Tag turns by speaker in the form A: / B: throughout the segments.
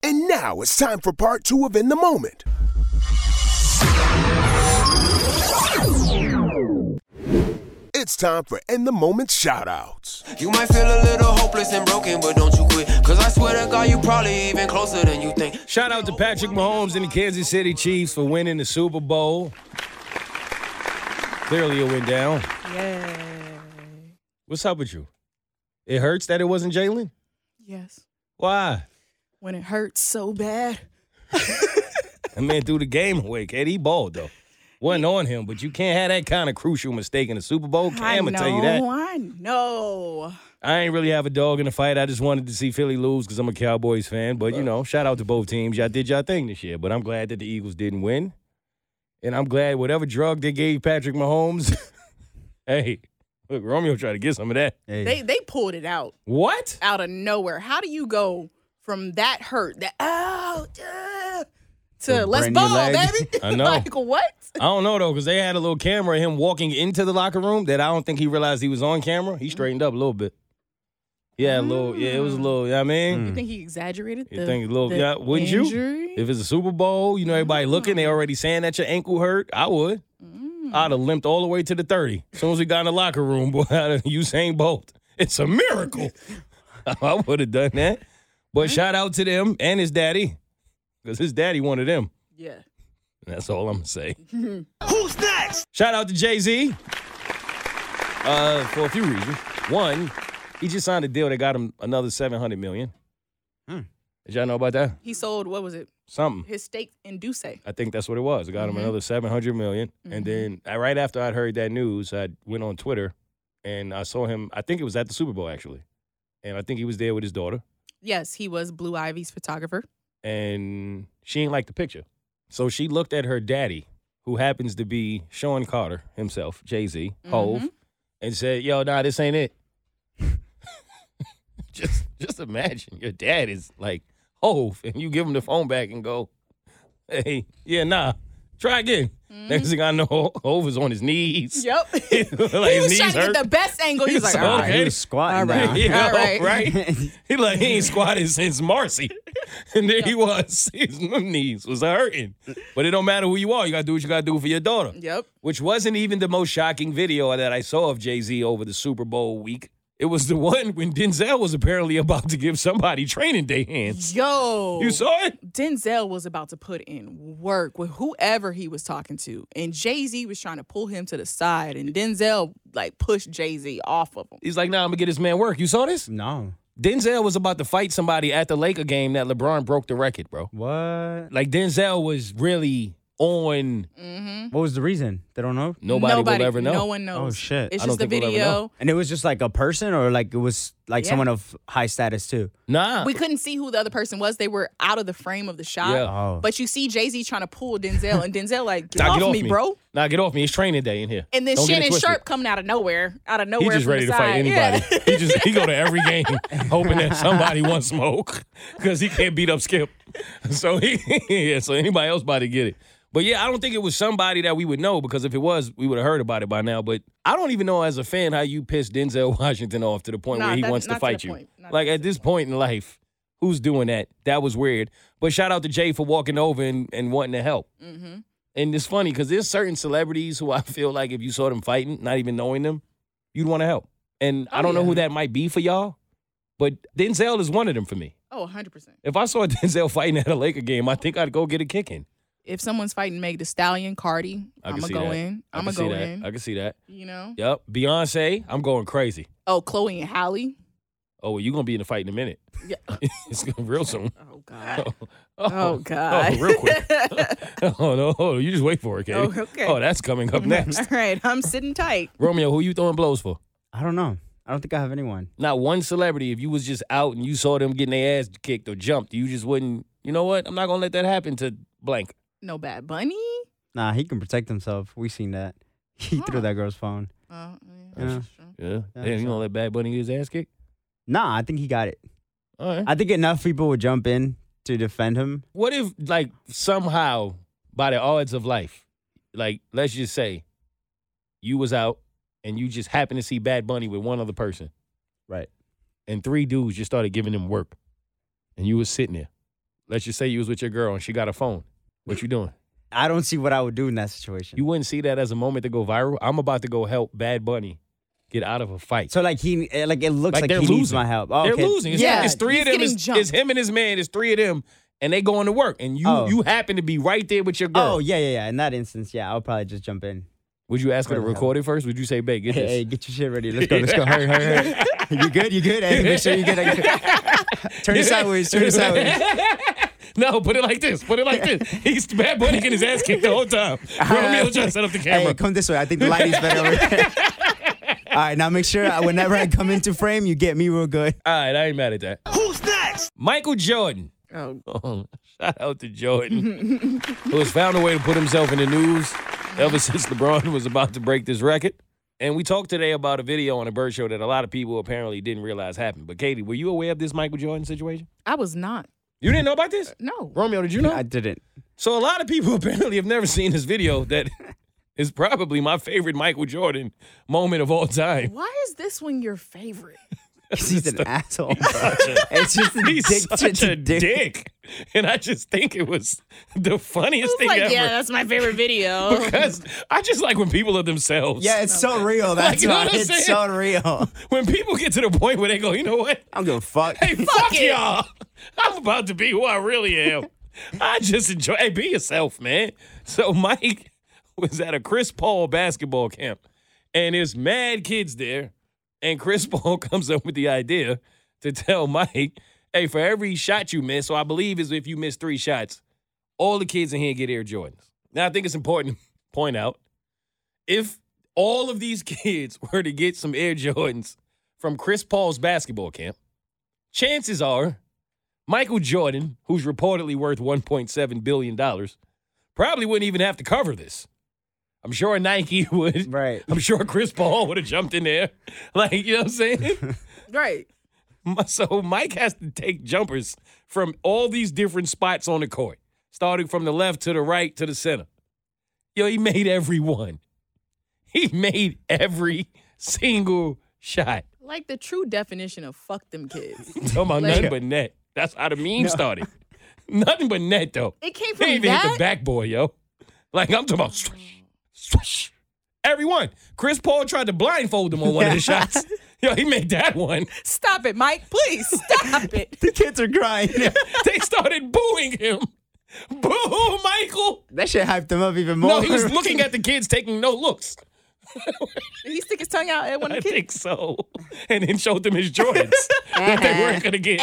A: And now it's time for part two of In the Moment. It's time for In the Moment shoutouts.
B: You might feel a little hopeless and broken, but don't you quit. Cause I swear to God, you probably even closer than you think.
C: Shout out to Patrick Mahomes and the Kansas City Chiefs for winning the Super Bowl. Clearly, it went down.
D: Yeah.
C: What's up with you? It hurts that it wasn't Jalen.
D: Yes.
C: Why?
D: When it hurts so bad.
C: That man threw the game away. Katie he balled though. Wasn't on him, but you can't have that kind of crucial mistake in the Super Bowl.
D: I
C: Cam
D: know.
C: will tell you that.
D: I know.
C: I ain't really have a dog in the fight. I just wanted to see Philly lose because I'm a Cowboys fan. But you know, shout out to both teams. Y'all did y'all thing this year. But I'm glad that the Eagles didn't win, and I'm glad whatever drug they gave Patrick Mahomes. hey, look, Romeo tried to get some of that.
D: They they pulled it out
C: What?
D: out of nowhere. How do you go from that hurt that oh uh, to let's
E: brand new
D: ball,
E: leg.
D: baby?
C: I know.
D: like what?
C: I don't know though, because they had a little camera of him walking into the locker room that I don't think he realized he was on camera. He straightened up a little bit. Yeah, a little. Yeah, it was a little. You know what I mean,
D: You think he exaggerated?
C: You
D: the-
C: think a little?
D: the
C: Yeah, wouldn't
D: injury?
C: you? If it's a Super Bowl, you know everybody looking. They already saying that your ankle hurt. I would.
D: Mm.
C: I'd have limped all the way to the thirty. As soon as we got in the locker room, boy, I'd have Usain Bolt. It's a miracle. I would have done that. But shout out to them and his daddy, because his daddy wanted them.
D: Yeah.
C: That's all I'm gonna say. Who's next? Shout out to Jay Z. Uh, for a few reasons. One, he just signed a deal that got him another seven hundred million. Hmm. Did y'all know about that?
D: He sold what was it?
C: Something.
D: His stake in Duce.
C: I think that's what it was. It got him another seven hundred million. And then uh, right after I'd heard that news, I went on Twitter and I saw him. I think it was at the Super Bowl actually, and I think he was there with his daughter.
D: Yes, he was Blue Ivy's photographer.
C: and she ain't like the picture. So she looked at her daddy, who happens to be Sean Carter himself, Jay Z,
D: Mm-hmm.
C: Hove, and said, "Yo, nah, this ain't it." just, just imagine your dad is like Hove, and you give him the phone back and go, "Hey, yeah, nah, try again." Next thing I know, Hove is on his knees.
D: Yep. Mm-hmm. he
C: like his
D: was
C: knees
D: trying to
C: hurt.
D: get the best angle. He was like,
C: So-
D: all right.
C: Okay.
E: He was squatting
D: All right.
E: down.
C: Yeah,
D: All right.
C: right? He like he ain't squatted since Marcy, and there he was. His knees was hurting, but it don't matter who you are. You gotta do what you gotta do for your daughter.
D: Yep.
C: Which wasn't even the most shocking video that I saw of Jay Z over the Super Bowl week. It was the one when Denzel was apparently about to give somebody training day hands.
D: Yo.
C: You saw it?
D: Denzel was about to put in work with whoever he was talking to, and Jay Z was trying to pull him to the side, and Denzel like pushed Jay Z off of him.
C: He's like, "Nah, I'm gonna get this man work." You saw this?
E: No.
C: Denzel was about to fight somebody at the Laker game that LeBron broke the record, bro.
D: Mm-hmm.
E: What?
C: Like Denzel was really on.
E: What was the reason? They don't know.
C: Nobody, will ever know.
D: No one knows.
E: Oh, shit.
D: It's
C: I
D: just
C: don't
D: the
C: think we'll ever
D: video.
C: know.
E: And it was just like a person, or like it was like
D: Yeah.
E: someone of high status too.
C: nah,
D: We couldn't see who the other person was. They were out of the frame of the shot.
C: Yeah.
E: Oh.
D: But you see Jay Z trying to pull Denzel, and Denzel like get,
C: Nah,
D: off,
C: get off
D: me, bro.
C: Nah, get off me. It's training day in here.
D: And then
C: Don't get it
D: Shannon
C: twisted.
D: Sharp coming out of nowhere, out of
C: He
D: nowhere.
C: just
D: from
C: ready
D: the
C: to fight
D: side. Yeah.
C: anybody. He just he go to every game hoping that somebody wants smoke because he can't beat up Skip. So he yeah, so anybody else about to get it. But yeah, I don't think it was somebody that we would know because if it was, we would have heard about it by now. But I don't even know as a fan how you piss Denzel Washington off to the point
D: Nah,
C: where he
D: that's
C: wants
D: not
C: to
D: to
C: fight
D: the
C: you.
D: point. Not
C: Like at this point in life, who's doing that? That was weird. But shout out to Jay for walking over and, and wanting to help.
D: Mm-hmm.
C: And it's funny because there's certain celebrities who I feel like if you saw them fighting, not even knowing them, you'd want to help. And
D: Oh,
C: I don't know who that might be for y'all, but Denzel is one of them for me.
D: Oh, 100%.
C: If I saw Denzel fighting at a Laker game, I think I'd go get a kick in.
D: If someone's fighting Meg the Stallion, Cardi,
C: I
D: I'm
C: can
D: going
C: see
D: to go
C: that.
D: in.
C: I can
D: I'm going to
C: see
D: go
C: that.
D: in.
C: I can see that.
D: You know?
C: Yep. Beyonce, I'm going crazy.
D: Oh, Chloe and Halle.
C: Oh, well, you're going to be in a fight in a minute.
D: Yeah.
C: it's gonna real soon.
D: Oh God.
C: Oh,
D: God.
C: Oh, real quick. oh, no. Hold on. You just wait for it, Katie.
D: Oh, okay.
C: Oh, that's coming up next.
D: All right, I'm sitting tight.
C: Romeo, who you throwing blows for?
E: I don't know. I don't think I have anyone.
C: Not one celebrity. If you was just out and you saw them getting their ass kicked or jumped, you just wouldn't. You know what? I'm not gonna let that happen to blank.
D: No bad bunny.
E: Nah, he can protect himself. We seen that. He threw that girl's phone.
D: Oh, yeah.
E: Yeah.
C: Yeah.
E: Yeah,
C: Damn, you gonna let Bad Bunny get his ass kicked?
E: Nah, I think he got it.
C: All right.
E: I think enough people would jump in to defend him.
C: What if, like, somehow, by the odds of life, like, let's just say, you was out and you just happened to see Bad Bunny with one other person,
E: Right.
C: and three dudes just started giving him work, and you was sitting there. Let's just say you was with your girl and she got a phone. What you doing?
E: I don't see what I would do in that situation.
C: You wouldn't see that as a moment to go viral. I'm about to go help Bad Bunny get out of a fight.
E: so like he, eh, like it looks like,
C: they're
E: he
C: losing
E: needs my help. Oh,
C: they're
E: okay.
C: losing. It's,
D: Yeah,
C: it's three
D: he's
C: of them.
D: getting
C: It's,
D: jumped.
C: it's him and his man. It's three of them, and they going to work. And you
E: Oh.
C: you happen to be right there with your girl.
E: Oh yeah, yeah, yeah. In that instance, yeah, I'll probably just jump in.
C: Would you ask her to
E: Whatever.
C: record it first? Would you say, "Babe, get
E: Hey,
C: this"?
E: hey, get your shit ready. Let's go. Let's go. Hurry, hurry, hurry. You good? You good? Hey, make sure you good. I good. turn it sideways. Turn it sideways.
C: No, put it like this. Put it like this. He's Bad Bunny getting his ass kicked the whole time. Romeo trying to set up the camera.
E: Hey, come this way. I think the lighting's better. Over here. All right, now make sure I- whenever I come into frame, you get me real good.
C: All right, I ain't mad at that. Who's next? Michael Jordan.
D: Oh,
C: Shout out to Jordan, who has found a way to put himself in the news ever since LeBron was about to break this record. And we talked today about a video on a bird show that a lot of people apparently didn't realize happened. But Katie, were you aware of this Michael Jordan situation?
D: I was not.
C: You didn't know about this?
D: No.
C: Romeo, did you know?
E: didn't.
C: So a lot of people apparently have never seen this video that is probably my favorite Michael Jordan moment of all time.
D: Why is this one your favorite?
E: He's an asshole. bro. It's just a
C: He's
E: dick.
C: such
E: it's
C: a dick. And I just think it was the funniest
D: It's
C: thing
D: like,
C: ever.
D: yeah, that's my favorite video.
C: because I just like when people are themselves.
E: Yeah, it's so real. That's
C: you know
E: why
C: what I'm
E: it's so
C: saying?
E: real.
C: When people get to the point where they go, you know what?
E: I'm gonna fuck.
C: Hey, fuck,
D: it.
C: y'all. I'm about to be who I really am. I just enjoy. Hey, be yourself, man. So Mike was at a Chris Paul basketball camp, and there's mad kids there, and Chris Paul comes up with the idea to tell Mike, "Hey, for every shot you miss, so I believe is if you miss three shots, all the kids in here get Air Jordans." Now I think it's important to point out if all of these kids were to get some Air Jordans from Chris Paul's basketball camp chances are Michael Jordan, who's reportedly worth $1.7 billion, probably wouldn't even have to cover this. I'm sure Nike would.
E: Right.
C: I'm sure Chris Paul would have jumped in there. Like, you know what I'm saying?
D: right.
C: so Mike has to take jumpers from all these different spots on the court, starting from the left to the right to the center. Yo, he made every one. He made every single shot.
D: Like the true definition of fuck them kids.
C: Talking about
D: Like-
C: nothing but net. That's how the meme started. nothing but net though.
D: It came
C: They
D: from
C: even hit
D: that.
C: the backboard, yo. Like I'm talking about swish, swish. Everyone. Chris Paul tried to blindfold him on one of the shots. Yo, he made that one.
D: Stop it, Mike. Please stop it.
E: The kids are crying.
C: They started booing him. Boo, Michael.
E: that shit hyped them up even more.
C: No, he was looking at the kids taking no looks.
D: Did he stick his tongue out at one
C: I
D: of the
C: think
D: kids?
C: so. And then showed them his Jordans that they weren't gonna get.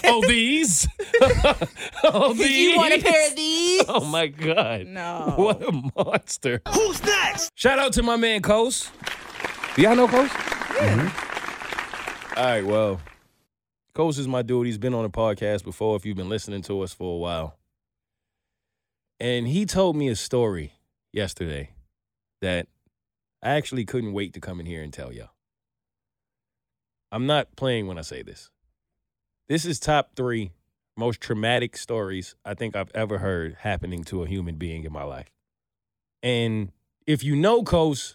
C: oh these. oh these.
D: Uh-huh. You want a pair of these?
C: Oh my God.
D: No.
C: What a monster. Who's next? Shout out to my man Coast. Do y'all know Coast? Yeah. right, well. Coast is my dude. He's been on the podcast before if you've been listening to us for a while. And he told me a story yesterday that I actually couldn't wait to come in here and tell y'all. I'm not playing when I say this. This is top three most traumatic stories I think I've ever heard happening to a human being in my life. And if you know Coase,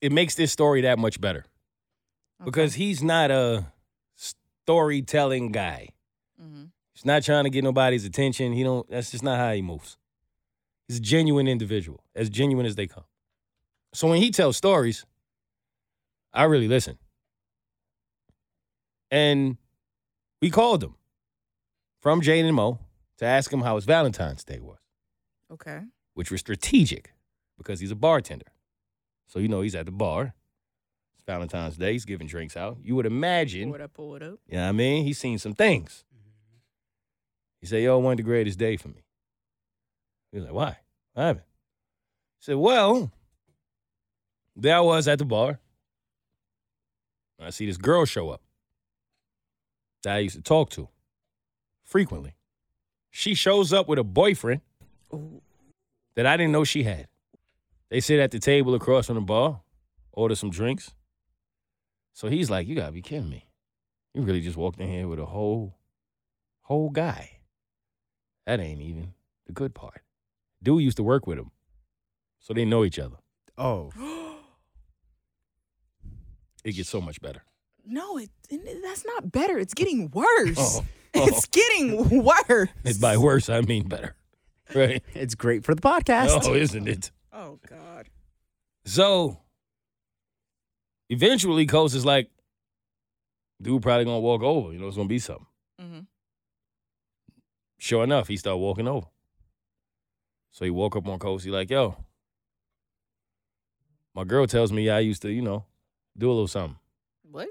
C: it makes this story that much better Oh, because he's not a storytelling guy.
D: Mhm.
C: He's not trying to get nobody's attention. He don't. That's just not how he moves. He's a genuine individual, as genuine as they come. So when he tells stories, I really listen. And we called him from Jane and Mo to ask him how his Valentine's Day was,
D: Okay.
C: which was strategic because he's a bartender. So you know he's at the bar. It's Valentine's Day. He's giving drinks out. You would imagine
D: Pull it up, pull it up.
C: you know what I mean? He's seen some things. He said, Yo, it wasn't the greatest day for me. He was like, Why? What happened? He said, Well, there I was at the bar. I see this girl show up that I used to talk to frequently. She shows up with a boyfriend that I didn't know she had. They sit at the table across from the bar, order some drinks. So he's like, You gotta be kidding me. You really just walked in here with a whole, whole guy. That ain't even the good part. Dude used to work with him, so they know each other.
E: Oh,
C: It gets so much better. Oh.
D: No, it, and that's not better. It's getting worse. It's getting worse.
C: And by worse, I mean better. Right?
E: It's great for the podcast.
C: Oh, isn't it?
D: Oh God.
C: So eventually, Coach is like, dude, probably gonna walk over. You know, it's gonna be something.
D: Mhm.
C: Sure enough, he started walking over. So he walk up on Coach. He like, yo, my girl tells me I used to, you know, do a little something.
D: What?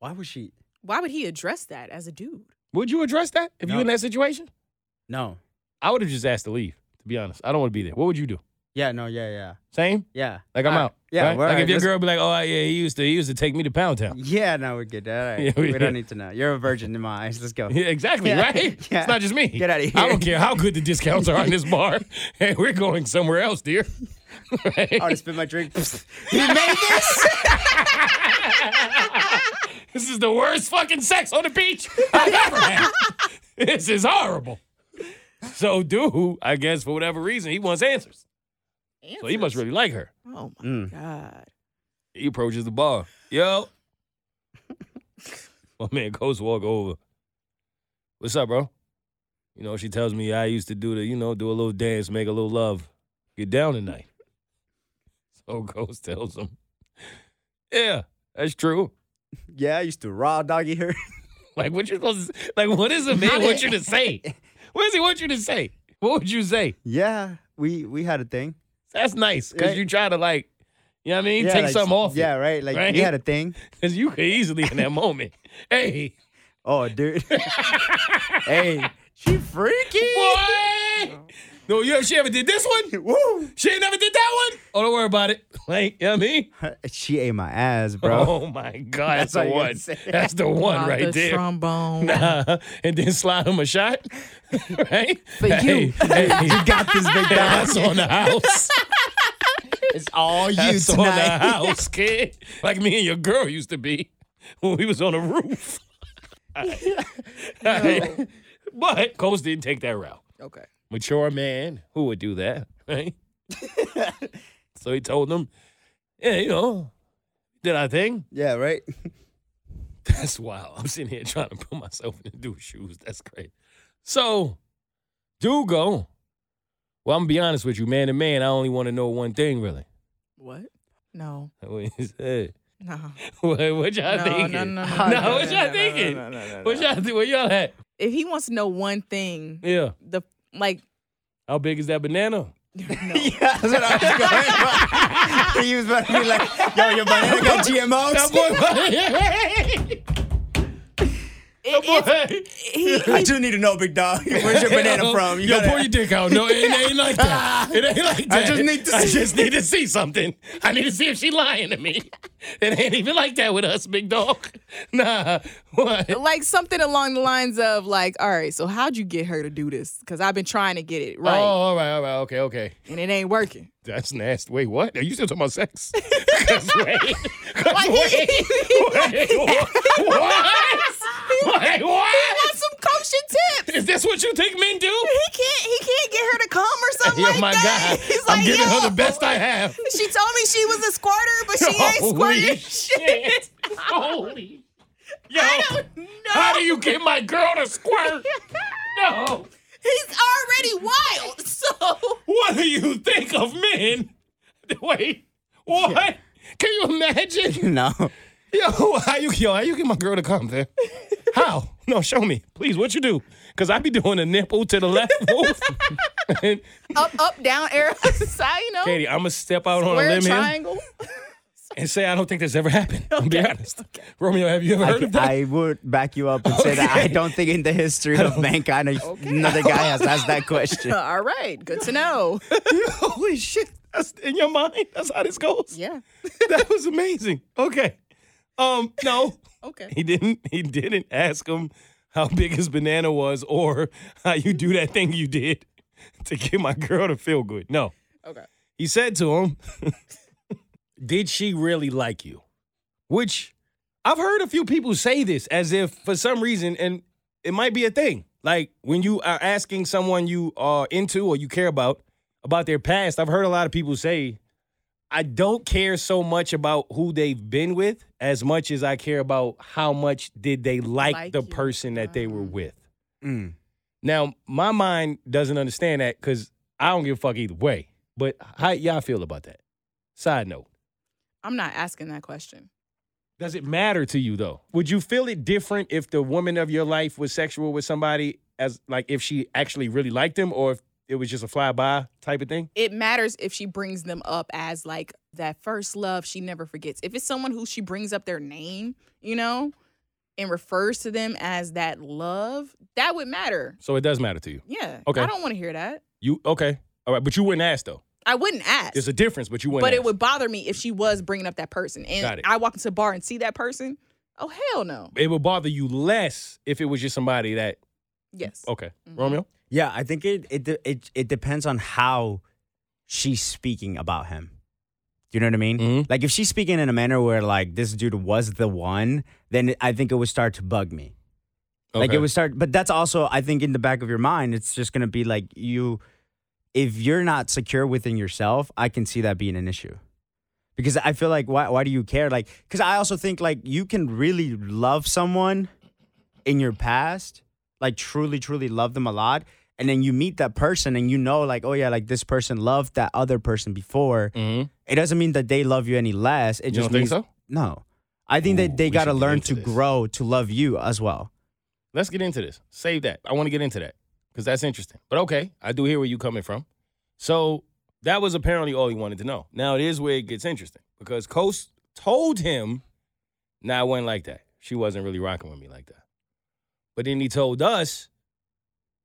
E: Why was she?
D: Why would he address that as a dude?
C: Would you address that if you
E: No.
C: in that situation?
E: No.
C: I would have just asked to leave. To be honest, I don't want to be there. What would you do?
E: Yeah. No. Yeah. Yeah.
C: Same?
E: Yeah.
C: Like I'm
E: All right.
C: out.
E: Yeah.
C: right?
E: we're
C: Like
E: all
C: if your
E: right,
C: girl be like, oh yeah, he used to, he used to take me to Pound Town.
E: let's- Yeah. No, we're good. All right.
C: Yeah, we-
E: we don't need to know. You're a virgin in my eyes. Let's go.
C: Yeah, exactly,
E: Yeah,
C: right?
E: yeah.
C: It's not just me.
E: Get outta here.
C: I don't care how good the discounts are in this bar. Hey, we're going somewhere else, dear. Right?
E: I already spit my drink. you made this?
C: This is the worst fucking sex on the beach I've ever had. This is horrible. So, dude, I guess for whatever reason, he wants answers. So he must really like her.
D: Oh my
E: Mm.
D: God.
C: He approaches the bar. Yo. My man Coach walk over. What's up, bro? You know, she tells me I used to do the, you know, do a little dance, make a little love, get down tonight. So Coach tells him, Yeah, that's true.
E: Yeah, I used to raw doggy her.
C: Like what you supposed to like what is a man want you to say? What does he want you to say? What would you say?
E: yeah, we we had a thing.
C: That's nice. Cause
E: Right.
C: you try to like, you know what I mean?
E: yeah,
C: Take
E: like-
C: something off. Yeah.
E: Yeah, right. Like
C: right?
E: we had a thing.
C: Cause you could easily in that moment. Hey,
E: Oh, dude. hey, she freaky.
C: Boy! No, you ever, she ever did this one?
E: Woo!
C: She ain't never did that one? Oh, don't worry about it. Like, you know what I mean?
E: She ate my ass, bro.
C: Oh my God, that's,
E: That's all
C: the
E: you gotta
C: one.
E: say.
C: That's the one
D: Not
C: right
D: the
C: there.
D: trombone.
C: Nah, and then slide him a shot. right?
D: For you.
C: Hey, hey,
E: You got this, big dog.
C: that's on the house.
E: It's all you
C: That's on the
E: tonight.
C: house, kid. Like me and your girl used to be when we was on the roof. but Coles didn't take that route.
D: Okay.
C: mature man who would do that, right? so he told them, yeah, you know, did I think?
E: yeah, right.
C: That's wild. I'm sitting here trying to put myself in the dude's shoes. That's great. So, do go. Well, I'm gonna be honest with you, man to man. I only want to know one thing, really.
D: What? No.
C: What you said?
D: No.
C: What, what y'all
D: no,
C: thinking?
D: no, no, no,
C: No,
D: no,
C: what
D: no,
C: y'all
D: no,
C: thinking?
D: no, no, no, no,
C: What
D: no.
C: y'all thi- Where y'all at?
D: If he wants to know one thing,
C: Yeah.
D: the like
C: How big is that banana?
D: no.
E: Yeah, that's what I was going for. He was about to be like, yo, your banana got
C: That
E: GMOs?
C: boy. That boy.
D: he,
E: I
D: he
E: do need to know, big dog. Where's your banana from? You
C: Yo,
E: gotta-
C: pull your dick out. No, it ain't, it ain't like that. It ain't like
E: I
C: that.
E: just need to
C: I
E: see-
C: just need to see something. I need to see if she lying to me. It ain't even like that with us, big dog. Nah. What?
D: like something along the lines of like, all right, so how'd you get her to do this? Because I've been trying to get it
C: Oh,
D: right,
C: all right, all right, okay, okay.
D: and it ain't working.
C: That's nasty. Wait, what? Are you still talking about sex? 'Cause wait, 'cause
D: Like,
C: wait,
D: he-
C: wait, what? what? Wait,
D: He
C: what?
D: wants some coaching tips.
C: Is this what you think men do?
D: He can't. He can't get her to come or something
C: Yeah,
D: like
C: Oh my
D: that.
C: God,
D: He's
C: I'm
D: like,
C: giving
D: yo.
C: her the best I have.
D: She told me she was a squirter, but she ain't
C: Holy
D: squirting.
C: shit. Holy. Yo,
D: No,
C: how do you get my girl to squirt? No.
D: he's already wild. So
C: What do you think of men? Wait, what? Can you imagine?
E: No.
C: Yo, how you yo, how you get my girl to come, man? How? No, show me. Please, what you do? Cause I be doing a nipple to the left move. And
D: up, up, down, arrow, side. You know,
C: Katie, I'ma step out on a
D: Oh. square,
C: limb here
D: triangle.
C: and say I don't think this ever happened. I'll be honest. Romeo, have you ever heard of that?
E: I would back you up and say that I don't think in the history of mankind another guy has asked that question.
D: All right, good to know.
C: Holy shit. That's in your mind. That's how this goes.
D: Yeah.
C: That was amazing. Okay. Um, no.
D: Okay.
C: He didn't he didn't ask him how big his banana was or how you do that thing you did to get my girl to feel good. No.
D: Okay.
C: He said to him, Did she really like you? Which I've heard a few people say this as if for some reason, and it might be a thing. Like when you are asking someone you are into or you care about about their past, I've heard a lot of people say, I don't care so much about who they've been with as much as I care about how much did they like,
D: Like
C: the
D: you. Mm-hmm.
C: person that they were with.
E: Mm.
C: Now, my mind doesn't understand that because I don't give a fuck either way. But how y'all feel about that? Side note.
D: I'm not asking that question.
C: Does it matter to you though? Would you feel it different if the woman of your life was sexual with somebody as like if she actually really liked them or if it was just a flyby type of thing?
D: It matters if she brings them up as like that first love she never forgets. If it's someone who she brings up their name, you know, and refers to them as that love, that would matter.
C: So it does matter to you.
D: Yeah.
C: Okay.
D: I don't want to hear that.
C: You okay? All right, but you wouldn't ask though.
D: I wouldn't ask.
C: There's a difference, but you
D: but
C: wouldn't.
D: it
C: ask.
D: would bother me if she was bringing up that person.
C: Got
D: And
C: it.
D: I walk into a bar and see that person. Oh, hell no.
C: It would bother you less if it was just somebody that.
D: Yes. Mm-hmm.
C: Okay, Romeo.
E: Yeah, I think it it de- it it depends on how she's speaking about him. Do you know what I mean?
C: Mhm.
E: Like if she's speaking in a manner where like this dude was the one, then I think it would start to bug me. Like
C: Okay.
E: it would start, but that's also I think in the back of your mind, it's just gonna be like you, if you're not secure within yourself, I can see that being an issue, because I feel like why why do you care? Like because I also think like you can really love someone in your past, like truly truly love them a lot, and then you meet that person and you know like oh yeah like this person loved that other person before.
C: Mhm.
E: It doesn't mean that they love you any less. It
C: You
E: just
C: don't think
E: means,
C: so?
E: No, I think
C: Ooh,
E: that they
C: we
E: gotta
C: should get
E: learn
C: into
E: to
C: this.
E: grow to love you as well.
C: Let's get into this. Save that. I want to get into that because that's interesting. But okay, I do hear where you're coming from. So that was apparently all he wanted to know. Now it is where it gets interesting because Coast told him, "Nah, it wasn't like that. She wasn't really rocking with me like that." But then he told us,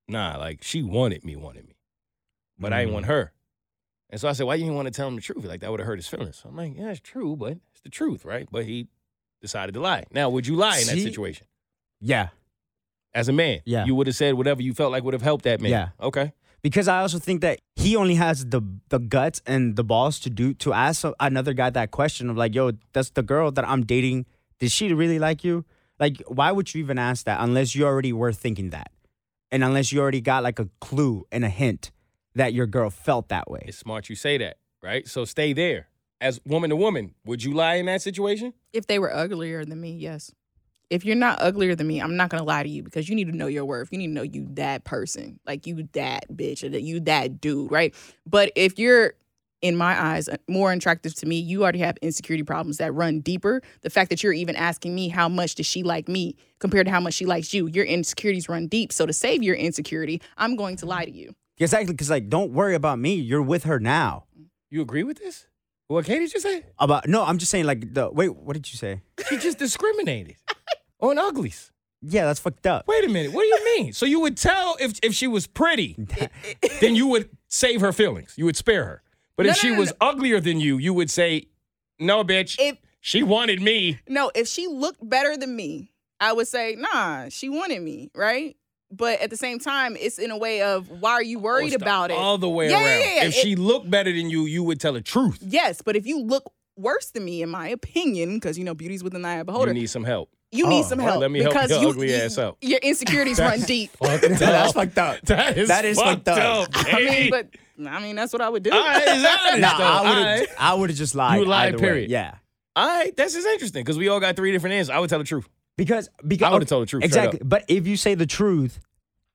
C: "Nah, like she wanted me, wanted me, but I didn't want her." And so I said, "Why you didn't want to tell him the truth? Like that would have hurt his feelings." So I'm like, "Yeah, it's true, but it's the truth, right?" But he decided to lie. Now, would you lie in that
E: See?
C: situation?
E: Yeah.
C: As a man,
E: Yeah.
C: you would have said whatever you felt like would have helped that man.
E: Yeah.
C: Okay.
E: Because I also think that he only has the the guts and the balls to do to ask a- another guy that question of like, yo, that's the girl that I'm dating. Did she really like you? Like, why would you even ask that unless you already were thinking that? And unless you already got like a clue and a hint that your girl felt that way.
C: It's smart you say that, right? So stay there. As woman to woman, would you lie in that situation?
D: If they were uglier than me, yes. If you're not uglier than me, I'm not gonna lie to you because you need to know your worth. You need to know you that person, like you that bitch or that you that dude, right? But if you're in my eyes uh, more attractive to me, you already have insecurity problems that run deeper. The fact that you're even asking me how much does she like me compared to how much she likes you, your insecurities run deep. So to save your insecurity, I'm going to lie to you.
E: Exactly, because like, don't worry about me. You're with her now.
C: You agree with this? What Katie just said?
E: About no, I'm just saying like the wait, what did you say?
C: She just discriminated on uglies.
E: Yeah, that's fucked up.
C: Wait a minute. What do you mean? So you would tell if if she was pretty, then you would save her feelings. You would spare her. But if
D: No, no,
C: she
D: no,
C: was uglier than you, you would say, "No, bitch.
D: If
C: she wanted me."
D: No, if she looked better than me, I would say, nah, she wanted me, right? But at the same time, it's in a way of why are you worried
C: It's the
D: about it?
C: All the way
D: Yeah, yeah,
C: around.
D: yeah, yeah.
C: If
D: It-
C: she looked better than you, you would tell the truth.
D: yes, but if you look worse than me, in my opinion, because you know beauty's within the eye of the
C: You
D: beholder,
C: need some help.
D: you
E: Oh,
D: need some
C: well,
D: help
C: let me help
D: because
C: your
D: you,
C: ugly
D: you-
C: ass out.
D: Your insecurities run deep.
E: that's fucked up.
C: That is,
E: That is fucked up.
D: I mean,
C: baby.
D: but I mean that's what I would do.
C: All right, it's honest,
E: Nah,
C: though. All
E: I
C: right.
E: would I would have just lied.
C: You lied,
E: either way.
C: period.
E: Yeah.
C: All right, that's just interesting because we all got three different answers. I would tell the truth.
E: Because because
C: I would've told the truth, straight
E: Exactly. But if you say the truth,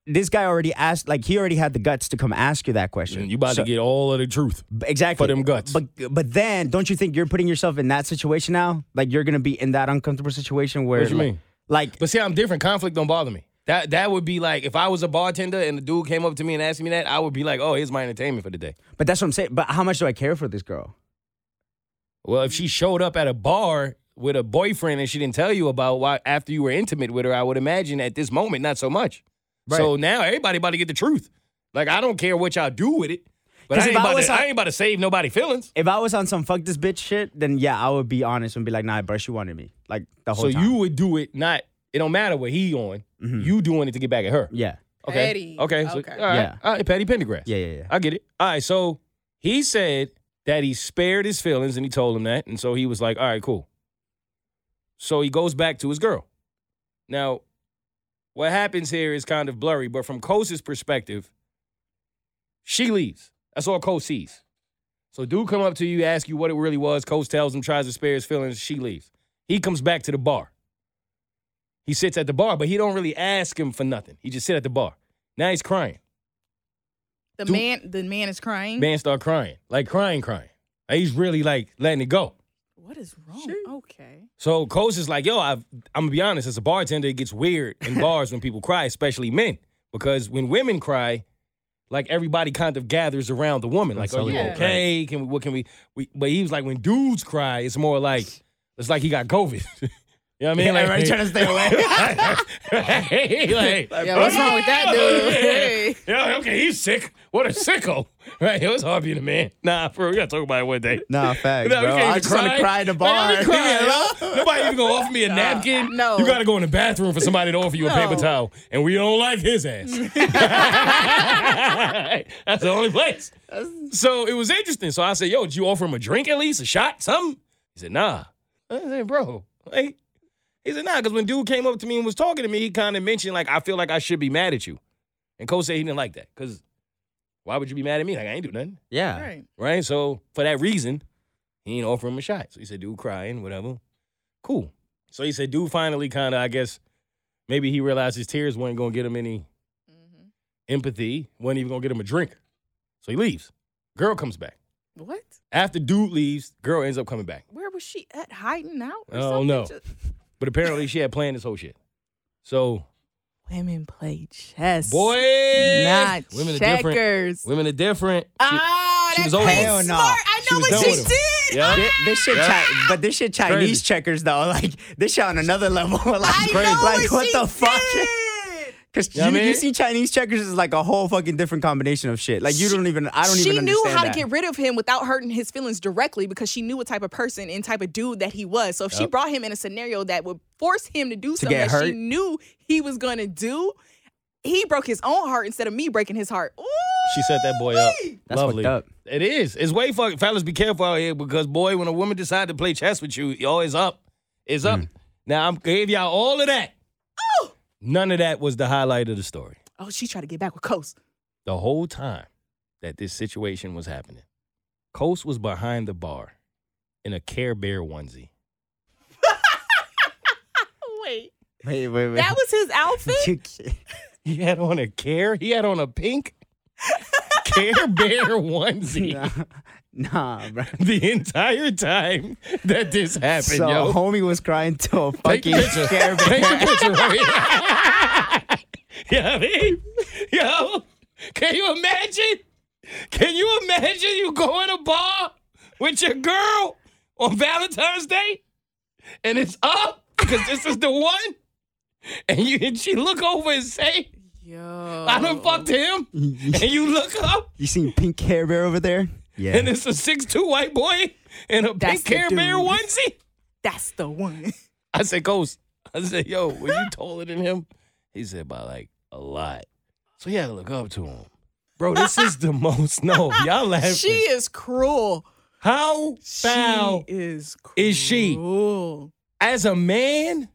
E: this guy already asked like he already had the guts to come ask you that question.
C: Mm, You about
E: So-
C: to get all of the truth.
E: b- exactly
C: for them guts.
E: But but then don't you think you're putting yourself in that situation now? Like you're gonna be in that uncomfortable situation where
C: What you
E: like,
C: mean?
E: like
C: But see, I'm different. Conflict don't bother me. That that would be like if I was a bartender and the dude came up to me and asked me that, I would be like, "Oh, here's my entertainment for the day."
E: but that's what I'm saying. But how much do I care for this girl?
C: Well, if she showed up at a bar with a boyfriend and she didn't tell you about why after you were intimate with her, I would imagine at this moment not so much. So now everybody about to get the truth. Like I don't care what y'all do with it, but I
E: 'Cause
C: ain't,
E: if I
C: about
E: was
C: to,
E: on-
C: I ain't about to save nobody feelings.
E: If I was on some fuck this bitch shit, then yeah, I would be honest and be like, nah, bro, she wanted me. Like the whole
C: So
E: time. Mm-hmm.
C: you would do it not. It don't matter what he on. You doing it to get back at her.
E: Yeah.
C: Okay.
D: Petty.
C: Okay. So,
D: Okay.
C: All right.
E: Yeah.
C: All right, Petty Pendergrass.
E: Yeah, yeah, yeah.
C: I get it. All right. So he said that he spared his feelings and he told him that. And so he was like, all right, cool. So he goes back to his girl. Now, what happens here is kind of blurry, but from Coast's perspective, she leaves. That's all Coast sees. So dude come up to you, ask you what it really was. Coach tells him, tries to spare his feelings. She leaves. He comes back to the bar. He sits at the bar, but he don't really ask him for nothing. He just sit at the bar. Now he's crying.
D: The
C: Dude.
D: man, the man is crying.
C: Man start crying, like crying, crying. Like, he's really like letting it go.
D: What is wrong? Okay.
C: So Coach is like, yo, I've, I'm gonna be honest. As a bartender, it gets weird in bars when people cry, especially men, because when women cry, like everybody kind of gathers around the woman. Like,
E: That's
C: are
E: how
C: you
D: it is,
C: okay? Can we? What can we, we? But he was like, when dudes cry, it's more like it's like he got COVID. you know what I mean? like,
E: Everybody trying to stay away.
C: away. like,
D: Yeah, what's wrong with that dude? Hey.
C: Yeah, okay, he's sick. What a sicko. Right? It was hard being a man. Nah, for real, we gotta talk about it one day.
E: nah, fact,
C: No, we
E: bro.
C: can't
E: I
C: even
E: just want to cry in a
C: Like,
E: bar.
C: I'm crying. Nobody even gonna offer me a napkin.
D: no.
C: You gotta go in the bathroom for somebody to offer you a paper
D: No.
C: towel. And we don't like his ass. That's the only place. So it was interesting. So I said, yo, did you offer him a drink at least? A shot? Something? He said, nah. I said, bro, like, he said, nah, because when dude came up to me and was talking to me, he kind of mentioned, like, I feel like I should be mad at you. And Coach said he didn't like that. Cause why would you be mad at me? Like, I ain't do nothing
E: Yeah.
D: Right.
C: right? So for that reason, he ain't offer him a shot. So he said, dude, crying, whatever. Cool. So he said, dude, finally, kind of, I guess, maybe he realized his tears weren't gonna get him any
D: Mm-hmm.
C: empathy, wasn't even gonna get him a drink. So he leaves. Girl comes back.
D: What?
C: After dude leaves, girl ends up coming back.
D: Where was she at? Hiding out? Or
C: I don't
D: something?
C: know.
D: Just-
C: But apparently, she had planned this whole shit. So
D: Women play chess.
C: boy,
D: Not
C: women are different.
D: checkers.
C: Women are different. She-
D: Ah,
C: she
D: that
C: was over
D: Prince
E: it. Hell
D: smart.
E: no.
D: I
C: She
D: know
C: was
D: what
C: done
D: she
C: with him.
D: did.
C: Yeah.
E: Thi- This shit, Chi- but this shit Chinese
C: Crazy.
E: checkers though. Like this shit on another level. like,
D: I know
E: like
D: what,
E: what
D: she
E: the fuck?
D: did.
E: Because you,
C: know what I
E: you
C: mean?
E: see Chinese checkers is like a whole fucking different combination of shit. Like you don't even. I don't
D: she
E: even.
D: knew
E: understand
D: how
E: that.
D: to get rid of him without hurting his feelings directly because she knew what type of person and type of dude that he was. So if she brought him in a scenario that would force him to do something
E: get
D: that she
E: hurt?
D: knew he was gonna do, he broke his own heart instead of me breaking his heart. Ooh,
C: She set that boy up.
E: That's
C: Lovely.
E: fucked up.
C: It is. It's way fucking. Fellas, be careful out here because boy, when a woman decide to play chess with you, yo, it's up. It's
E: Mm.
C: up. Now I'm gave y'all all of that.
E: Oh!
C: None of that was the highlight of the story.
D: oh, she tried to get back with Coast.
C: The whole time that this situation was happening, Coast was behind the bar in a Care Bear onesie.
D: Wait,
E: Wait, wait, wait.
D: that was his outfit.
E: You ki-
C: He had on a care. He had on a pink Care Bear onesie
E: nah, nah, bro.
C: the entire time that this happened,
E: So
C: yo.
E: homie was crying to a
C: Take the
E: fucking
C: picture.
E: Care Bear.
C: Take the picture right here. you know what I mean? Yo, can you imagine? Can you imagine you go in a bar with your girl on Valentine's Day and it's up because this is the one? And you and she look over and say,
D: Yo,
C: I done fucked him. And you look up
E: You seen pink Care Bear over there? Yeah.
C: and it's a 6'2 white boy in a
D: That's
C: pink
D: the
C: Care Bear
D: dude.
C: onesie.
D: that's the one.
C: I said, Ghost. I said, yo, were you taller than him? He said, by like a lot. So you had to look up to him. Bro, this is the most. No, y'all laughing.
D: she is cruel.
C: How foul
D: She is cruel.
C: is she? As a man,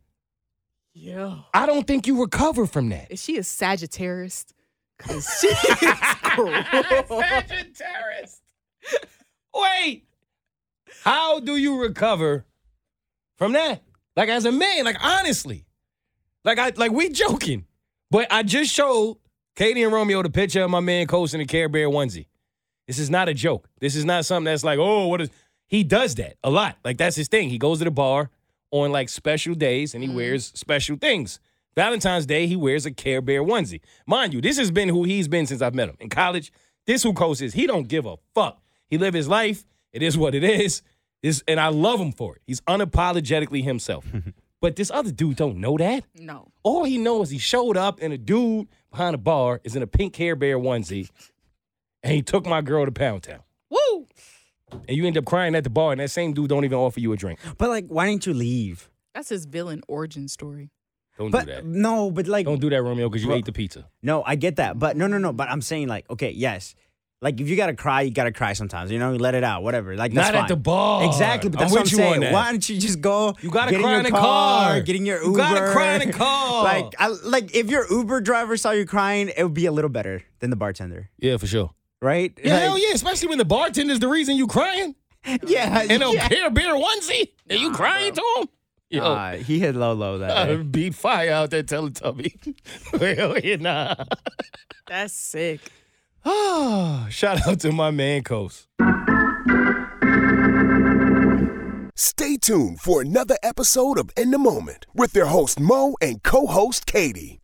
D: Yeah.
C: I don't think you recover from that.
D: Is she a Sagittarius? Cause she is cruel.
C: Sagittarius. Wait. How do you recover from that? Like as a man, like honestly. Like I like we joking. But I just showed Katie and Romeo the picture of my man Coach in the Care Bear onesie. This is not a joke. This is not something that's like, oh, what is he does that a lot. Like that's his thing. He goes to the bar on like special days and he wears special things. Valentine's Day, he wears a Care Bear onesie. Mind you, this has been who he's been since I've met him. In college, this who Coach is. He don't give a fuck. He live his life. It is what it is. This, and I love him for it. He's unapologetically himself. but this other dude don't know that.
D: No.
C: All he knows is he showed up and a dude behind a bar is in a pink Care Bear onesie and he took my girl to Pound Town.
D: Woo.
C: And you end up crying at the bar and that same dude don't even offer you a drink.
E: But like, why didn't you leave?
D: That's his villain origin story.
C: Don't do
E: But
C: that.
E: no, but like,
C: Don't do that, Romeo, because you
E: Bro.
C: ate the pizza.
E: no, I get that. But no, no, no. But I'm saying like, okay, yes. Like if you gotta cry, you gotta cry sometimes. You know, let it out, whatever. Like that's
C: Not at
E: fine.
C: the bar.
E: Exactly. But
C: I'm
E: that's what I'm
C: with you on
E: saying.
C: that.
E: Why don't you just go?
C: You gotta
E: get
C: cry
E: your
C: in the car.
E: Getting your Uber.
C: You gotta cry in the car.
E: like, I, like if your Uber driver saw you crying, it would be a little better than the bartender.
C: Yeah, for sure.
E: right?
C: Yeah,
E: Like,
C: hell yeah, especially when the bartender's the reason you crying.
E: yeah,
C: And a Oh.
E: yeah.
C: Care Bear onesie. And you crying to him? Yo,
E: Nah, Ah, he hit low low that.
C: I
E: day.
C: beat fire out that Teletubby. Hell yeah, nah.
D: That's sick.
C: Ah, Shout out to my man, Coast.
A: Stay tuned for another episode of In the Moment with their host Mo and co-host Katie.